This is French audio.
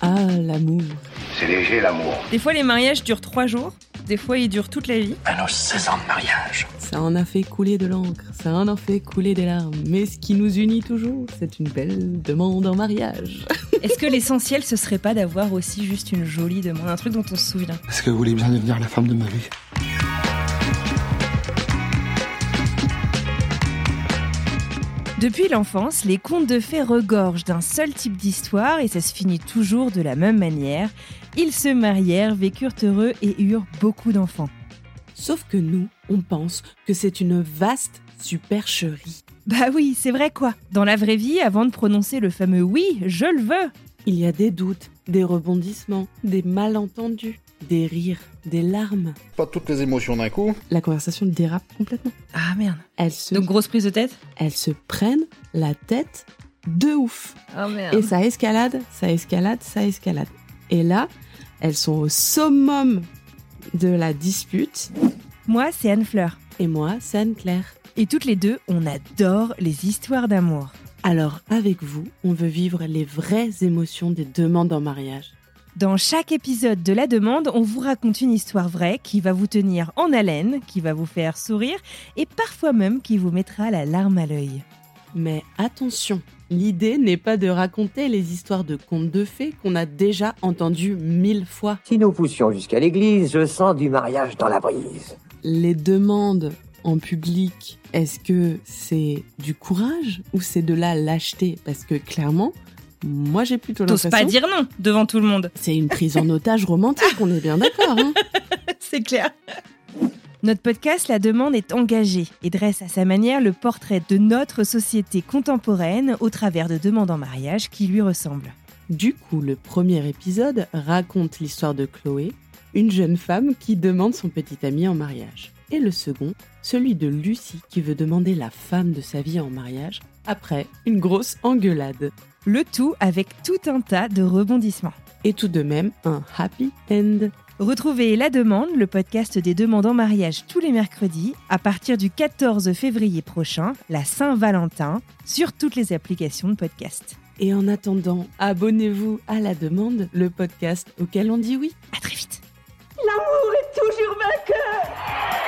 Ah, l'amour. C'est léger l'amour. Des fois, les mariages durent trois jours. Des fois, ils durent toute la vie. Alors 16 ans de mariage. Ça en a fait couler de l'encre, ça en a fait couler des larmes. Mais ce qui nous unit toujours, c'est une belle demande en mariage. Est-ce que l'essentiel, ce serait pas d'avoir aussi juste une jolie demande, un truc dont on se souvient Est-ce que vous voulez bien devenir la femme de ma vie Depuis l'enfance, les contes de fées regorgent d'un seul type d'histoire et ça se finit toujours de la même manière. Ils se marièrent, vécurent heureux et eurent beaucoup d'enfants. Sauf que nous, on pense que c'est une vaste supercherie. Bah oui, c'est vrai quoi. Dans la vraie vie, avant de prononcer le fameux oui, je le veux, Il y a des doutes, des rebondissements, des malentendus, des rires, des larmes. Pas toutes les émotions d'un coup. La conversation dérape complètement. Ah merde. Elles se, Donc grosse prise de tête elles se prennent la tête de ouf. Ah merde. Et ça escalade, ça escalade, ça escalade. Et là, elles sont au summum de la dispute. Moi, c'est Anne Fleur. Et moi, c'est Anne-Claire. Et toutes les deux, on adore les histoires d'amour. Alors, avec vous, on veut vivre les vraies émotions des demandes en mariage. Dans chaque épisode de La Demande, on vous raconte une histoire vraie qui va vous tenir en haleine, qui va vous faire sourire et parfois même qui vous mettra la larme à l'œil. Mais attention, l'idée n'est pas de raconter les histoires de contes de fées qu'on a déjà entendues mille fois. Si nous poussions jusqu'à l'église, je sens du mariage dans la brise. Les demandes en public, est-ce que c'est du courage ou c'est de la lâcheté Parce que clairement, moi j'ai plutôt T'oses l'impression... pas dire non devant tout le monde. C'est une prise en otage romantique, on est bien d'accord. hein. C'est clair. Notre podcast La Demande est engagé et dresse à sa manière le portrait de notre société contemporaine au travers de demandes en mariage qui lui ressemblent. Du coup, le premier épisode raconte l'histoire de Chloé, une jeune femme qui demande son petit ami en mariage. Et le second, celui de Lucie qui veut demander la femme de sa vie en mariage après une grosse engueulade. Le tout avec tout un tas de rebondissements. Et tout de même, un happy end. Retrouvez La Demande, le podcast des demandes en mariage tous les mercredis à partir du 14 février prochain, la Saint-Valentin, sur toutes les applications de podcast. Et en attendant, abonnez-vous à La Demande, le podcast auquel on dit oui. À très vite. L'amour est toujours vainqueur.